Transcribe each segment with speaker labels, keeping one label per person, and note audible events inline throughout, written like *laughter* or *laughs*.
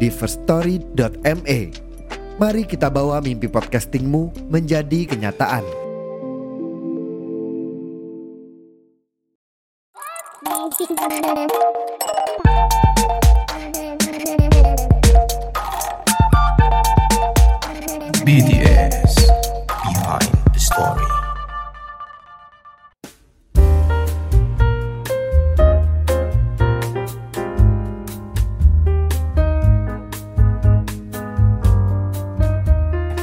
Speaker 1: di firststory.me. Mari kita bawa mimpi podcastingmu menjadi kenyataan.
Speaker 2: BDS Behind the Story.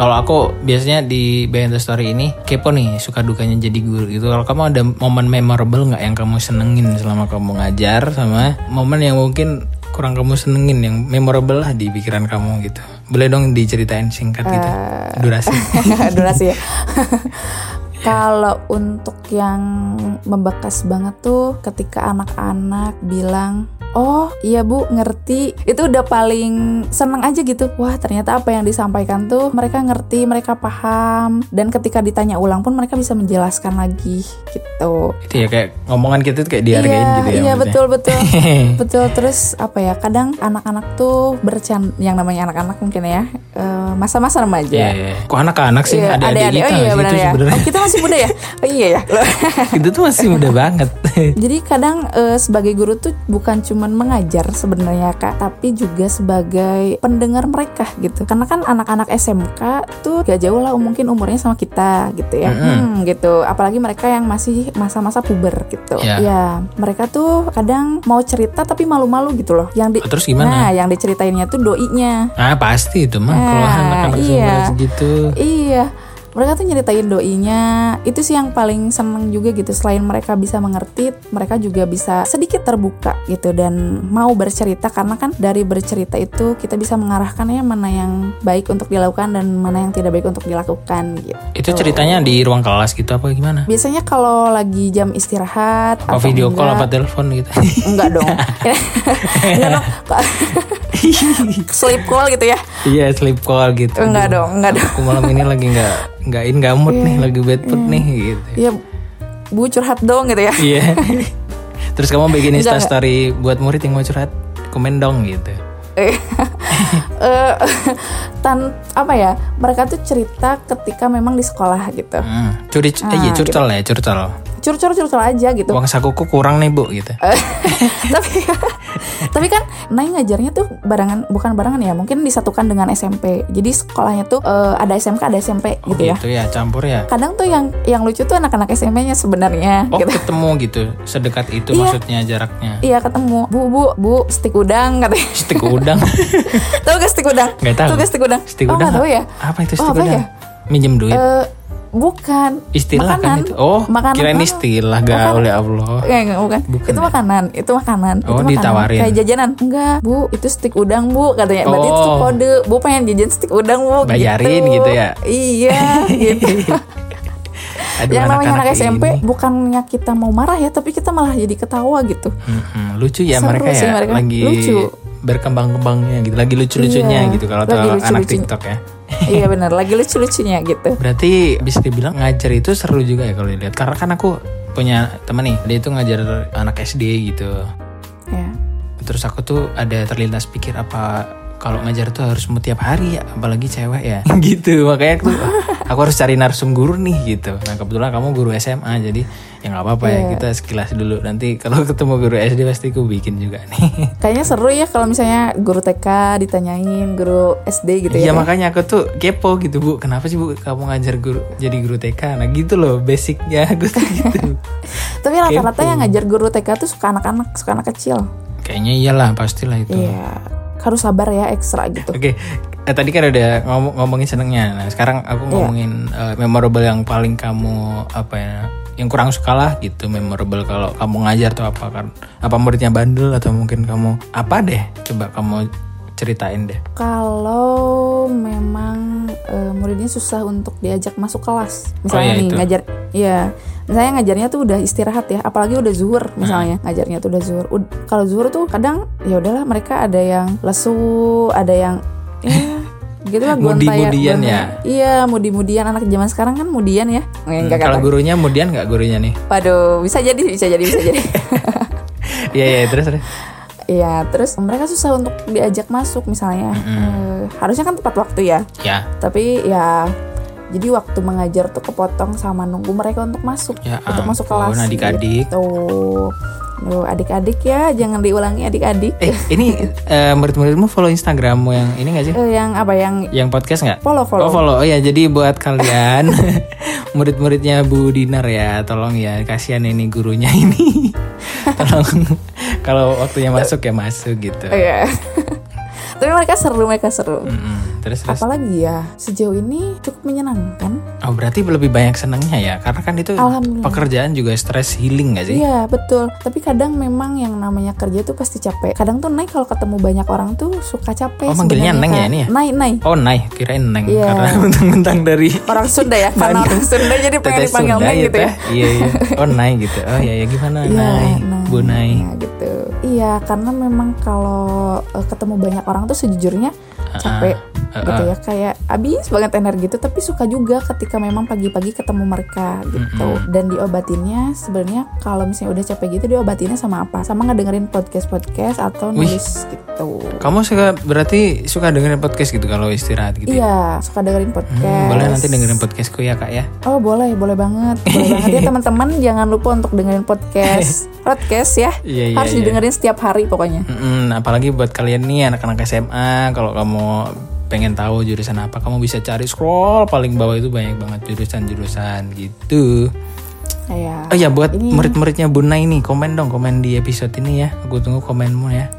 Speaker 3: Kalau aku biasanya di Behind the Story ini kepo nih suka dukanya jadi guru gitu. Kalau kamu ada momen memorable nggak yang kamu senengin selama kamu ngajar sama momen yang mungkin kurang kamu senengin yang memorable lah di pikiran kamu gitu. Boleh dong diceritain singkat gitu.
Speaker 4: Eh. *laughs*
Speaker 3: Durasi.
Speaker 4: durasi ya. Kalau untuk yang membekas banget tuh ketika anak-anak bilang, "Oh, iya Bu, ngerti." Itu udah paling seneng aja gitu. Wah, ternyata apa yang disampaikan tuh mereka ngerti, mereka paham dan ketika ditanya ulang pun mereka bisa menjelaskan lagi gitu.
Speaker 3: Itu ya kayak ngomongan kita tuh kayak dihargain
Speaker 4: iya,
Speaker 3: gitu ya.
Speaker 4: Iya,
Speaker 3: maksudnya.
Speaker 4: betul,
Speaker 3: *laughs*
Speaker 4: betul. betul, terus apa ya? Kadang anak-anak tuh bercanda yang namanya anak-anak mungkin ya. eh, masa-masa remaja.
Speaker 3: Iya, iya. Kok anak-anak sih
Speaker 4: Iya,
Speaker 3: ada adik
Speaker 4: adik-adik.
Speaker 3: kita
Speaker 4: oh, iya,
Speaker 3: sih
Speaker 4: benar
Speaker 3: itu
Speaker 4: ya.
Speaker 3: gitu,
Speaker 4: *laughs*
Speaker 3: sebenarnya.
Speaker 4: Oh, kita masih muda ya?
Speaker 3: *laughs*
Speaker 4: Oh, iya ya.
Speaker 3: itu tuh masih muda banget. *laughs*
Speaker 4: Jadi kadang eh, sebagai guru tuh bukan cuman mengajar sebenarnya Kak, tapi juga sebagai pendengar mereka gitu. Karena kan anak-anak SMK tuh gak jauh lah mungkin umurnya sama kita gitu ya.
Speaker 3: Mm-mm.
Speaker 4: Hmm, gitu. Apalagi mereka yang masih masa-masa puber gitu.
Speaker 3: Iya.
Speaker 4: Ya, mereka tuh kadang mau cerita tapi malu-malu gitu loh. Yang di
Speaker 3: Terus gimana?
Speaker 4: Nah, yang diceritainnya tuh doinya.
Speaker 3: Ah pasti itu mah
Speaker 4: Nah,
Speaker 3: kalau anak-anak
Speaker 4: iya.
Speaker 3: seumuran segitu.
Speaker 4: Iya, mereka tuh nyeritain doinya. Itu sih yang paling seneng juga gitu. Selain mereka bisa mengerti, mereka juga bisa sedikit terbuka gitu dan mau bercerita karena kan dari bercerita itu kita bisa mengarahkannya mana yang baik untuk dilakukan dan mana yang tidak baik untuk dilakukan gitu.
Speaker 3: Itu ceritanya di ruang kelas gitu apa gimana?
Speaker 4: Biasanya kalau lagi jam istirahat
Speaker 3: Apa
Speaker 4: atau
Speaker 3: video call apa
Speaker 4: enggak-
Speaker 3: telepon gitu?
Speaker 4: Enggak dong. Enggak dong. Sleep call gitu ya.
Speaker 3: *laughs* Iya sleep call gitu.
Speaker 4: Enggak
Speaker 3: Aduh,
Speaker 4: dong, Iya. enggak dong.
Speaker 3: Aku malam ini lagi nggak nggak in nggak mood nih, lagi bad mood nih gitu.
Speaker 4: Ya Bu curhat dong gitu ya. *laughs*
Speaker 3: Iya. Terus kamu bikin Insta
Speaker 4: Enggak,
Speaker 3: story buat murid yang mau curhat, komen dong gitu.
Speaker 4: eh *laughs* eh, tan apa ya mereka tuh cerita ketika memang di sekolah gitu
Speaker 3: Hmm, curi, eh,
Speaker 4: Ah,
Speaker 3: iya, curcol ya, curcol.
Speaker 4: curcol curcol aja gitu Eh,
Speaker 3: Uang sakuku kurang nih bu gitu.
Speaker 4: *laughs* tapi tapi kan naik ngajarnya tuh barangan bukan barangan ya mungkin disatukan dengan SMP jadi sekolahnya tuh eh, ada SMK ada SMP
Speaker 3: Oh,
Speaker 4: gitu ya
Speaker 3: gitu ya, campur ya.
Speaker 4: kadang tuh yang yang lucu tuh anak-anak SMP-nya sebenarnya
Speaker 3: Oh
Speaker 4: gitu
Speaker 3: ketemu gitu, sedekat itu
Speaker 4: Iya.
Speaker 3: maksudnya jaraknya.
Speaker 4: Iya ketemu Bu bu bu stik udang katanya *laughs*
Speaker 3: Stik udang.
Speaker 4: Tahu gak stik udang?
Speaker 3: Nggak tahu.
Speaker 4: Tahu gak stik udang?
Speaker 3: Stik
Speaker 4: oh,
Speaker 3: udang.
Speaker 4: nggak tahu ya?
Speaker 3: Apa itu
Speaker 4: Oh,
Speaker 3: stik
Speaker 4: apa
Speaker 3: udang?
Speaker 4: ya?
Speaker 3: Minjem duit.
Speaker 4: Eh, bukan
Speaker 3: istilah
Speaker 4: makanan.
Speaker 3: kan itu. Oh,
Speaker 4: makanan
Speaker 3: kirain
Speaker 4: apa?
Speaker 3: istilah gak oleh Allah.
Speaker 4: Enggak, enggak, bukan.
Speaker 3: Bukan
Speaker 4: itu
Speaker 3: ya?
Speaker 4: makanan, itu makanan.
Speaker 3: Oh,
Speaker 4: itu makanan.
Speaker 3: ditawarin.
Speaker 4: Kayak jajanan. Enggak, Bu, itu stik udang, Bu, katanya. Berarti itu
Speaker 3: Oh.
Speaker 4: kode. Bu pengen jajan stik udang, Bu.
Speaker 3: Bayarin gitu ya? *laughs*
Speaker 4: Iya, gitu.
Speaker 3: Aduh,
Speaker 4: Yang namanya anak
Speaker 3: anak-anak
Speaker 4: SMP
Speaker 3: ini.
Speaker 4: bukannya kita mau marah ya, tapi kita malah jadi ketawa
Speaker 3: *laughs*
Speaker 4: gitu.
Speaker 3: Mm-mm, lucu ya
Speaker 4: Seru
Speaker 3: mereka
Speaker 4: sih
Speaker 3: ya
Speaker 4: mereka.
Speaker 3: lagi
Speaker 4: Lucu.
Speaker 3: berkembang-kembangnya gitu, lagi lucu-lucunya
Speaker 4: Iya,
Speaker 3: gitu kalau
Speaker 4: lagi
Speaker 3: tuh anak
Speaker 4: lucu-lucunya.
Speaker 3: TikTok ya.
Speaker 4: iya benar, lagi lucu-lucunya gitu.
Speaker 3: Berarti bisa dibilang ngajar itu seru juga ya kalau dilihat. Karena kan aku punya temen nih, dia itu ngajar anak SD gitu.
Speaker 4: Ya.
Speaker 3: Terus aku tuh ada terlintas pikir apa kalau ngajar tuh harus mau tiap hari ya, apalagi cewek ya. *laughs* gitu, makanya aku tuh, aku harus cari narsum guru nih gitu. Nah, kebetulan kamu guru SMA jadi ya nggak apa-apa ya, kita sekilas dulu. Nanti kalau *laughs* ketemu guru SD pasti aku bikin juga nih.
Speaker 4: Kayaknya seru ya kalau misalnya guru TK ditanyain guru SD gitu
Speaker 3: Iya
Speaker 4: ya.
Speaker 3: makanya aku tuh kepo gitu bu Kenapa sih bu kamu ngajar guru jadi guru TK Nah gitu loh basicnya *laughs* aku tuh gitu
Speaker 4: Tapi rata-rata
Speaker 3: kepo.
Speaker 4: yang ngajar guru TK tuh suka anak-anak, suka anak kecil.
Speaker 3: Kayaknya iyalah pastilah itu
Speaker 4: Iya. Harus sabar ya ekstra
Speaker 3: *laughs*
Speaker 4: gitu.
Speaker 3: Oke, eh, tadi kan udah ngom- ngomongin senengnya. Nah, sekarang aku ngomongin eh, memorable yang paling kamu apa ya? Yang kurang suka lah gitu memorable kalau kamu ngajar tuh apa kan? Apa muridnya bandel atau mungkin kamu apa deh? Coba kamu ceritain deh.
Speaker 4: kalau memang eh, muridnya susah untuk diajak masuk kelas
Speaker 3: Oh,
Speaker 4: misalnya
Speaker 3: iya,
Speaker 4: nih
Speaker 3: itu.
Speaker 4: ngajar ya misalnya ngajarnya tuh udah istirahat ya apalagi udah zuhur
Speaker 3: Nah.
Speaker 4: misalnya ngajarnya tuh udah zuhur Ud- kalau zuhur tuh kadang ya udahlah mereka ada yang lesu ada yang
Speaker 3: *laughs*
Speaker 4: ya gitu lah gontaya-
Speaker 3: Mudi-mudian
Speaker 4: gontaya.
Speaker 3: ya?
Speaker 4: iya mudi-mudian anak zaman sekarang kan mudian ya enggak
Speaker 3: Hmm, Kalau gurunya kemudian nggak gurunya nih?
Speaker 4: Waduh, bisa jadi, bisa jadi, bisa jadi.
Speaker 3: *laughs* Iya iya terus terus.
Speaker 4: Iya, terus mereka susah untuk diajak masuk misalnya. Eh, harusnya kan tepat waktu ya.
Speaker 3: Ya
Speaker 4: Tapi ya jadi waktu mengajar tuh kepotong sama nunggu mereka untuk masuk,
Speaker 3: Ya
Speaker 4: untuk masuk
Speaker 3: ampun,
Speaker 4: kelas.
Speaker 3: adik-adik.
Speaker 4: Tuh. adik-adik ya, jangan diulangi adik-adik.
Speaker 3: eh ini eh, murid-muridmu follow Instagrammu yang ini nggak sih?
Speaker 4: Eh, yang apa yang
Speaker 3: Yang podcast nggak?
Speaker 4: follow follow.
Speaker 3: Oh follow, oh ya jadi buat kalian *laughs* murid-muridnya Bu Dinar ya, tolong ya kasihan ini gurunya ini, *laughs* tolong kalau waktunya masuk ya Mm, masuk gitu.
Speaker 4: Iya. *laughs* Tapi mereka seru, mereka seru.
Speaker 3: Mm-mm. Terus terus.
Speaker 4: Apalagi ya, sejauh ini cukup menyenangkan.
Speaker 3: Oh berarti lebih banyak senangnya ya, karena kan itu
Speaker 4: Alhamdulillah.
Speaker 3: pekerjaan juga stress healing nggak sih?
Speaker 4: Iya, betul. Tapi kadang memang yang namanya kerja tuh pasti capek. Kadang tuh naik kalau ketemu banyak orang tuh suka capek.
Speaker 3: Oh, manggilnya
Speaker 4: sebenarnya,
Speaker 3: Neng ya
Speaker 4: Kak.
Speaker 3: ini ya?
Speaker 4: Naik, naik.
Speaker 3: Oh naik, kirain neng
Speaker 4: Iya.
Speaker 3: karena *laughs* mentang-mentang dari
Speaker 4: Orang Sunda
Speaker 3: *laughs*
Speaker 4: ya, karena orang Sunda jadi pengen
Speaker 3: Teteh
Speaker 4: dipanggil
Speaker 3: Sunda
Speaker 4: Neng gitu ya.
Speaker 3: Teh. Iya, iya. Oh naik gitu. Oh iya, iya gimana
Speaker 4: Iya,
Speaker 3: naik,
Speaker 4: nah,
Speaker 3: bu naik.
Speaker 4: nah, gitu. Iya, karena memang kalau eh, ketemu banyak orang tuh sejujurnya capek
Speaker 3: uh-uh.
Speaker 4: gitu ya, kayak habis banget energi itu tapi suka juga ketika memang pagi-pagi ketemu mereka gitu. Dan diobatinnya sebenarnya kalau misalnya udah capek gitu diobatinnya sama apa? Sama ngedengerin podcast-podcast atau
Speaker 3: Wih.
Speaker 4: nulis gitu.
Speaker 3: Kamu suka berarti suka dengerin podcast gitu kalau istirahat gitu? ya?
Speaker 4: Iya, suka dengerin podcast.
Speaker 3: Hmm, boleh nanti dengerin podcastku ya kak ya.
Speaker 4: Oh boleh, boleh banget, boleh banget
Speaker 3: *laughs*
Speaker 4: ya teman-teman. Jangan lupa untuk dengerin podcast, podcast ya.
Speaker 3: Iya, iya,
Speaker 4: Harus
Speaker 3: iya.
Speaker 4: didengerin setiap hari pokoknya.
Speaker 3: Mm-mm, apalagi buat kalian nih anak-anak SMA, kalau kamu pengen tahu jurusan apa, kamu bisa cari scroll paling bawah itu banyak banget jurusan-jurusan gitu.
Speaker 4: Iya.
Speaker 3: Oh ya buat
Speaker 4: Ini-
Speaker 3: murid-muridnya Buna ini komen dong komen di episode ini ya. Aku tunggu komenmu ya.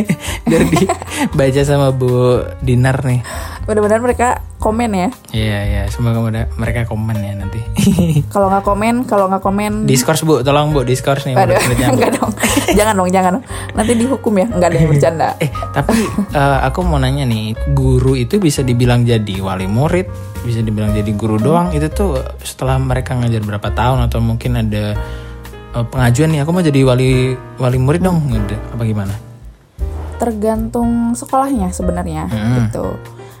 Speaker 3: *laughs* Biar
Speaker 4: *laughs*
Speaker 3: dibaca sama Bu Dinar nih.
Speaker 4: Mudah-mudahan mereka komen ya.
Speaker 3: Iya iya semoga mereka- mereka komen ya nanti. *laughs*
Speaker 4: Kalau nggak komen, kalau nggak komen,
Speaker 3: diskors Bu, tolong Bu diskors nih
Speaker 4: Waduh, *laughs*
Speaker 3: murid-muridnya Bu.
Speaker 4: enggak dong, jangan dong, jangan. Nanti dihukum ya, enggak deh bercanda.
Speaker 3: *laughs* Eh tapi eh, aku mau nanya nih, guru itu bisa dibilang jadi wali murid, bisa dibilang jadi guru doang. Itu tuh setelah mereka ngajar berapa tahun atau mungkin ada eh, pengajuan nih aku mau jadi wali wali murid dong gitu. apa gimana?
Speaker 4: Tergantung sekolahnya sebenarnya gitu.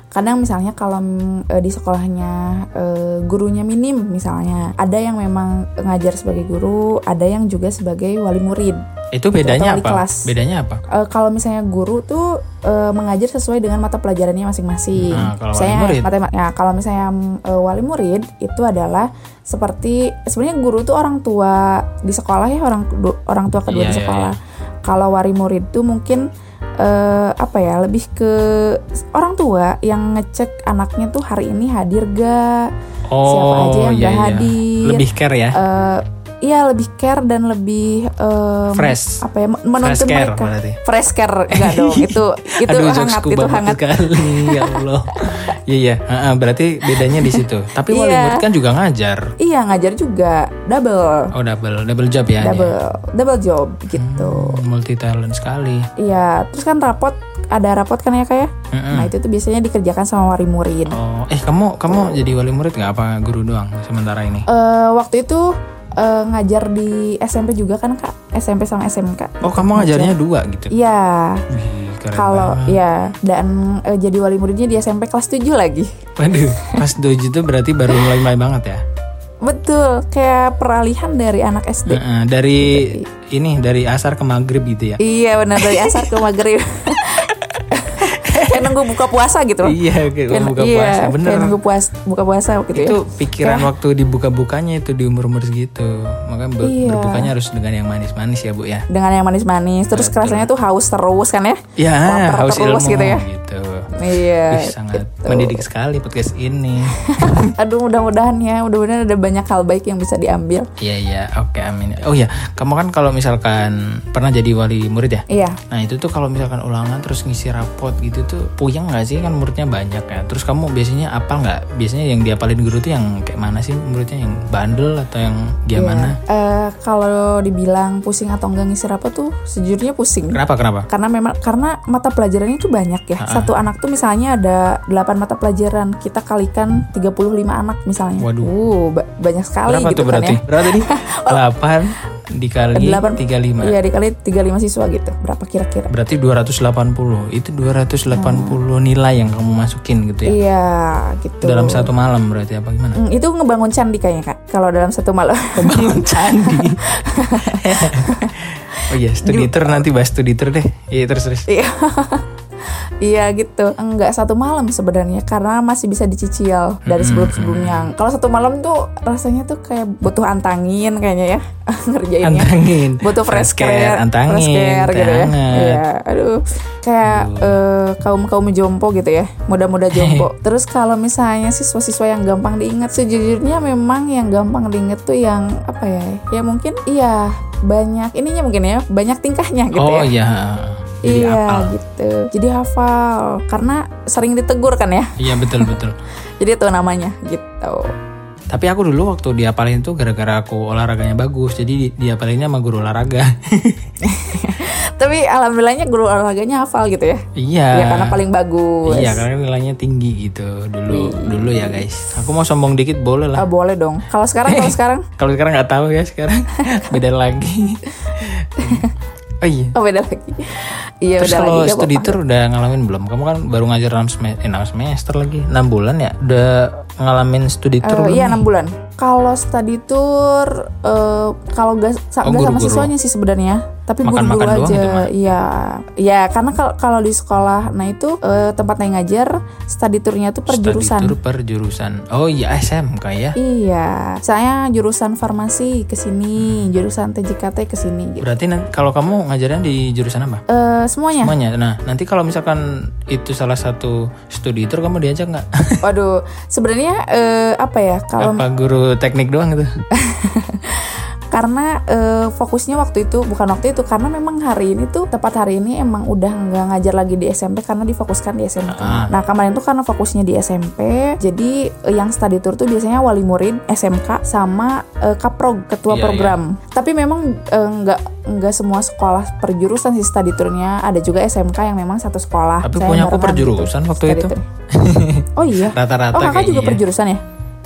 Speaker 4: Kadang misalnya kalau mm, eh, di sekolahnya eh, gurunya minim misalnya, ada yang memang ngajar sebagai guru, ada yang juga sebagai wali murid.
Speaker 3: Itu
Speaker 4: atau
Speaker 3: bedanya
Speaker 4: wali
Speaker 3: apa?
Speaker 4: kelas.
Speaker 3: Bedanya apa?
Speaker 4: Eh, kalau misalnya guru tuh eh, mengajar sesuai dengan mata pelajarannya masing-masing.
Speaker 3: Nah, kalau wali
Speaker 4: Misalnya
Speaker 3: murid?
Speaker 4: matema- ya, kalau misalnya mm, eh, wali murid itu adalah seperti sebenarnya guru tuh orang tua di sekolah ya orang du- orang tua kedua
Speaker 3: Iya,
Speaker 4: di
Speaker 3: iya,
Speaker 4: sekolah. Kalau wali murid tuh mungkin eh, apa ya lebih ke orang tua yang ngecek anaknya tuh hari ini hadir gak siapa aja yang
Speaker 3: iya,
Speaker 4: gak
Speaker 3: iya.
Speaker 4: hadir.
Speaker 3: Lebih care ya.
Speaker 4: Eh, Iya lebih care dan lebih eh,
Speaker 3: Fresh.
Speaker 4: apa ya men- menuntun
Speaker 3: Fresh care
Speaker 4: mereka
Speaker 3: berarti.
Speaker 4: fresh care enggak
Speaker 3: *laughs*
Speaker 4: dong itu itu
Speaker 3: Aduh,
Speaker 4: hangat
Speaker 3: jokesku
Speaker 4: itu
Speaker 3: babat
Speaker 4: hangat
Speaker 3: sekali ya Allah. Iya iya, heeh, berarti bedanya di situ. Tapi wali
Speaker 4: Iya.
Speaker 3: murid kan juga ngajar.
Speaker 4: iya ngajar juga double
Speaker 3: Oh double double job ya.
Speaker 4: double double job gitu
Speaker 3: Multi talent sekali.
Speaker 4: iya terus kan rapot ada rapot kan ya kayak nah itu tuh biasanya dikerjakan sama wali murid
Speaker 3: Oh, eh kamu kamu jadi wali murid nggak apa guru doang sementara ini?
Speaker 4: Eh, waktu itu eh, ngajar di SMP juga kan kak SMP sama SMK
Speaker 3: Oh, kamu ngajarnya dua gitu.
Speaker 4: Iya,
Speaker 3: Wih, keren
Speaker 4: kalau
Speaker 3: banget.
Speaker 4: ya dan eh, jadi wali muridnya di SMP kelas 7 lagi.
Speaker 3: Waduh, pas dojo itu berarti baru mulai-mulai banget ya.
Speaker 4: Betul, kayak peralihan dari anak SD.
Speaker 3: Heeh, dari ini dari asar ke maghrib gitu ya.
Speaker 4: Iya benar dari asar ke
Speaker 3: *laughs*
Speaker 4: maghrib. kayak nunggu buka puasa gitu loh.
Speaker 3: Iya, kayak
Speaker 4: Kayak-
Speaker 3: buka
Speaker 4: iya,
Speaker 3: puasa bener.
Speaker 4: Kayak nunggu puas, buka puasa gitu
Speaker 3: itu
Speaker 4: ya.
Speaker 3: pikiran waktu dibuka-bukanya itu di umur-umur segitu makanya ber-
Speaker 4: Iya.
Speaker 3: berbukanya harus dengan yang manis-manis ya bu ya
Speaker 4: Dengan yang manis-manis, terus rasanya tuh haus terus kan ya?
Speaker 3: ya
Speaker 4: Lapar
Speaker 3: haus ilmu
Speaker 4: terus gitu ya.
Speaker 3: gitu.
Speaker 4: Iya.
Speaker 3: Wih, sangat
Speaker 4: gitu.
Speaker 3: mendidik sekali podcast ini.
Speaker 4: *laughs* Aduh mudah-mudahan ya, mudah-mudahan ada banyak hal baik yang bisa diambil.
Speaker 3: Iya iya, oke amin. Oh iya, kamu kan kalau misalkan pernah jadi wali murid ya?
Speaker 4: Iya.
Speaker 3: Nah itu tuh kalau misalkan ulangan terus ngisi rapot gitu tuh puyeng nggak sih kan muridnya banyak ya. Terus kamu biasanya apal nggak? Biasanya yang diapalin guru tuh yang kayak mana sih muridnya yang bandel atau yang gimana?
Speaker 4: Eh, kalau dibilang pusing atau enggak ngisi rapot tuh sejujurnya pusing.
Speaker 3: Kenapa kenapa?
Speaker 4: Karena memang karena mata pelajarannya itu banyak ya. Satu anak tuh misalnya ada 8 mata pelajaran, kita kalikan 35 anak misalnya.
Speaker 3: Waduh.
Speaker 4: Uh, ba- banyak sekali
Speaker 3: Berapa
Speaker 4: gitu
Speaker 3: tuh
Speaker 4: kan
Speaker 3: berarti?
Speaker 4: ya.
Speaker 3: Berapa
Speaker 4: *laughs*
Speaker 3: tadi? 8 dikali
Speaker 4: 8
Speaker 3: 35.
Speaker 4: Iya, dikali 35 siswa gitu. Berapa kira-kira?
Speaker 3: Berarti 280. Itu 280 nilai yang kamu masukin gitu ya.
Speaker 4: Oh. Iya, gitu.
Speaker 3: Dalam satu malam berarti apa gimana?
Speaker 4: Hmm, itu ngebangun candi kayaknya kak kalau dalam satu malam *laughs*
Speaker 3: Bangun candi. oh iya, studi tour nanti bahas studi tour deh. Iya, terus terus.
Speaker 4: iya *laughs* Iya gitu Enggak satu malam sebenarnya Karena masih bisa dicicil
Speaker 3: Hmm,
Speaker 4: Dari sebelum-sebelumnya Kalau satu malam tuh Rasanya tuh kayak Butuh antangin kayaknya ya *laughs* Ngerjainnya
Speaker 3: Antangin.
Speaker 4: Butuh fresh care
Speaker 3: antangin.
Speaker 4: Fresh care gitu ya
Speaker 3: tangan.
Speaker 4: Iya Aduh Kayak eh, Kaum-kaum jompo gitu ya
Speaker 3: *laughs*
Speaker 4: Muda-muda jompo Terus kalau misalnya Siswa-siswa yang gampang diingat Sejujurnya memang Yang gampang diingat tuh yang Apa ya Ya mungkin Iya banyak ininya mungkin ya banyak tingkahnya gitu
Speaker 3: oh
Speaker 4: ya
Speaker 3: iya. Jadi
Speaker 4: iya
Speaker 3: apal.
Speaker 4: gitu. Jadi hafal karena sering ditegur kan ya. *laughs*
Speaker 3: Iya betul betul.
Speaker 4: Jadi itu namanya gitu.
Speaker 3: Tapi aku dulu waktu diapalin tuh gara-gara aku olahraganya bagus, jadi di- diapalinnya sama guru olahraga. *laughs*
Speaker 4: Tapi alhamdulillahnya guru olahraganya hafal gitu ya.
Speaker 3: iya.
Speaker 4: Ya karena paling bagus. Iya.
Speaker 3: Iya karena nilainya tinggi gitu dulu dulu ya guys. Aku mau sombong dikit boleh lah.
Speaker 4: Ah, boleh dong. Kalau sekarang
Speaker 3: *laughs*
Speaker 4: kalau sekarang
Speaker 3: Kalau sekarang nggak tahu ya sekarang *laughs* beda
Speaker 4: *laughs*
Speaker 3: lagi. oh iya.
Speaker 4: oh beda lagi. Iya
Speaker 3: Terus
Speaker 4: beda
Speaker 3: kalau
Speaker 4: lagi. gak
Speaker 3: studi
Speaker 4: apa-apa.
Speaker 3: tour udah ngalamin belum? Kamu kan baru ngajar 6 semester, eh, 6 semester lagi, 6 bulan ya. Udah ngalamin studi tour
Speaker 4: Eh,
Speaker 3: belum?
Speaker 4: iya
Speaker 3: nih?
Speaker 4: enam bulan. Kalau study tour eh, kalau gak, sa-
Speaker 3: Oh,
Speaker 4: gak sama
Speaker 3: guru-guru.
Speaker 4: siswanya sih sebenarnya, tapi
Speaker 3: Makan-makan
Speaker 4: guru-guru
Speaker 3: doang gitu,
Speaker 4: aja.
Speaker 3: itu mah?
Speaker 4: Iya, iya karena kalau kalau di sekolah, nah itu eh, tempat yang ngajar study tournya tuh per
Speaker 3: Studi
Speaker 4: jurusan.
Speaker 3: tour per jurusan. Oh iya SMK ya.
Speaker 4: Iya, saya jurusan farmasi ke sini, jurusan TJKT ke sini gitu.
Speaker 3: Berarti nan- kalau kamu ngajarnya di jurusan apa?
Speaker 4: Eh, semuanya.
Speaker 3: Semuanya. Nah, nanti kalau misalkan itu salah satu studi tour kamu diajak nggak?
Speaker 4: Waduh, sebenarnya eh, apa ya kalau
Speaker 3: Apa guru teknik doang gitu?
Speaker 4: *laughs* karena eh, fokusnya waktu itu bukan waktu itu karena memang hari ini tuh tepat hari ini emang udah nggak ngajar lagi di SMP karena difokuskan di SMK.
Speaker 3: Ah.
Speaker 4: Nah kemarin tuh karena fokusnya di SMP, jadi eh, yang study tour tuh biasanya wali murid SMK sama eh, kaprog ketua
Speaker 3: Iya,
Speaker 4: program. Tapi memang eh, nggak nggak semua sekolah per jurusan sih study tournya ada juga SMK yang memang satu sekolah.
Speaker 3: Tapi
Speaker 4: Saya
Speaker 3: punya aku
Speaker 4: barengan
Speaker 3: per
Speaker 4: gitu,
Speaker 3: jurusan waktu
Speaker 4: study
Speaker 3: itu.
Speaker 4: tour. oh iya.
Speaker 3: *laughs* Rata-rata
Speaker 4: Oh kakak juga
Speaker 3: kayaknya
Speaker 4: per
Speaker 3: ya.
Speaker 4: jurusan ya?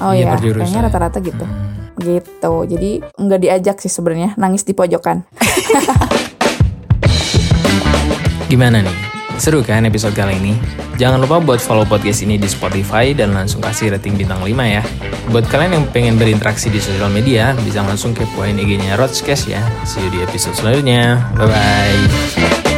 Speaker 4: Oh
Speaker 3: Iya,
Speaker 4: iya,
Speaker 3: per jurusan.
Speaker 4: kayaknya rata-rata gitu.
Speaker 3: Hmm.
Speaker 4: Gitu. Jadi nggak diajak sih sebenarnya, nangis di pojokan.
Speaker 3: Gimana nih? Seru kan episode kali ini? Jangan lupa buat follow podcast ini di Spotify dan langsung kasih rating bintang 5 ya. Buat kalian yang pengen berinteraksi di sosial media, bisa langsung kepoin IG-nya Rodcast ya. See you di episode selanjutnya. Bye-bye.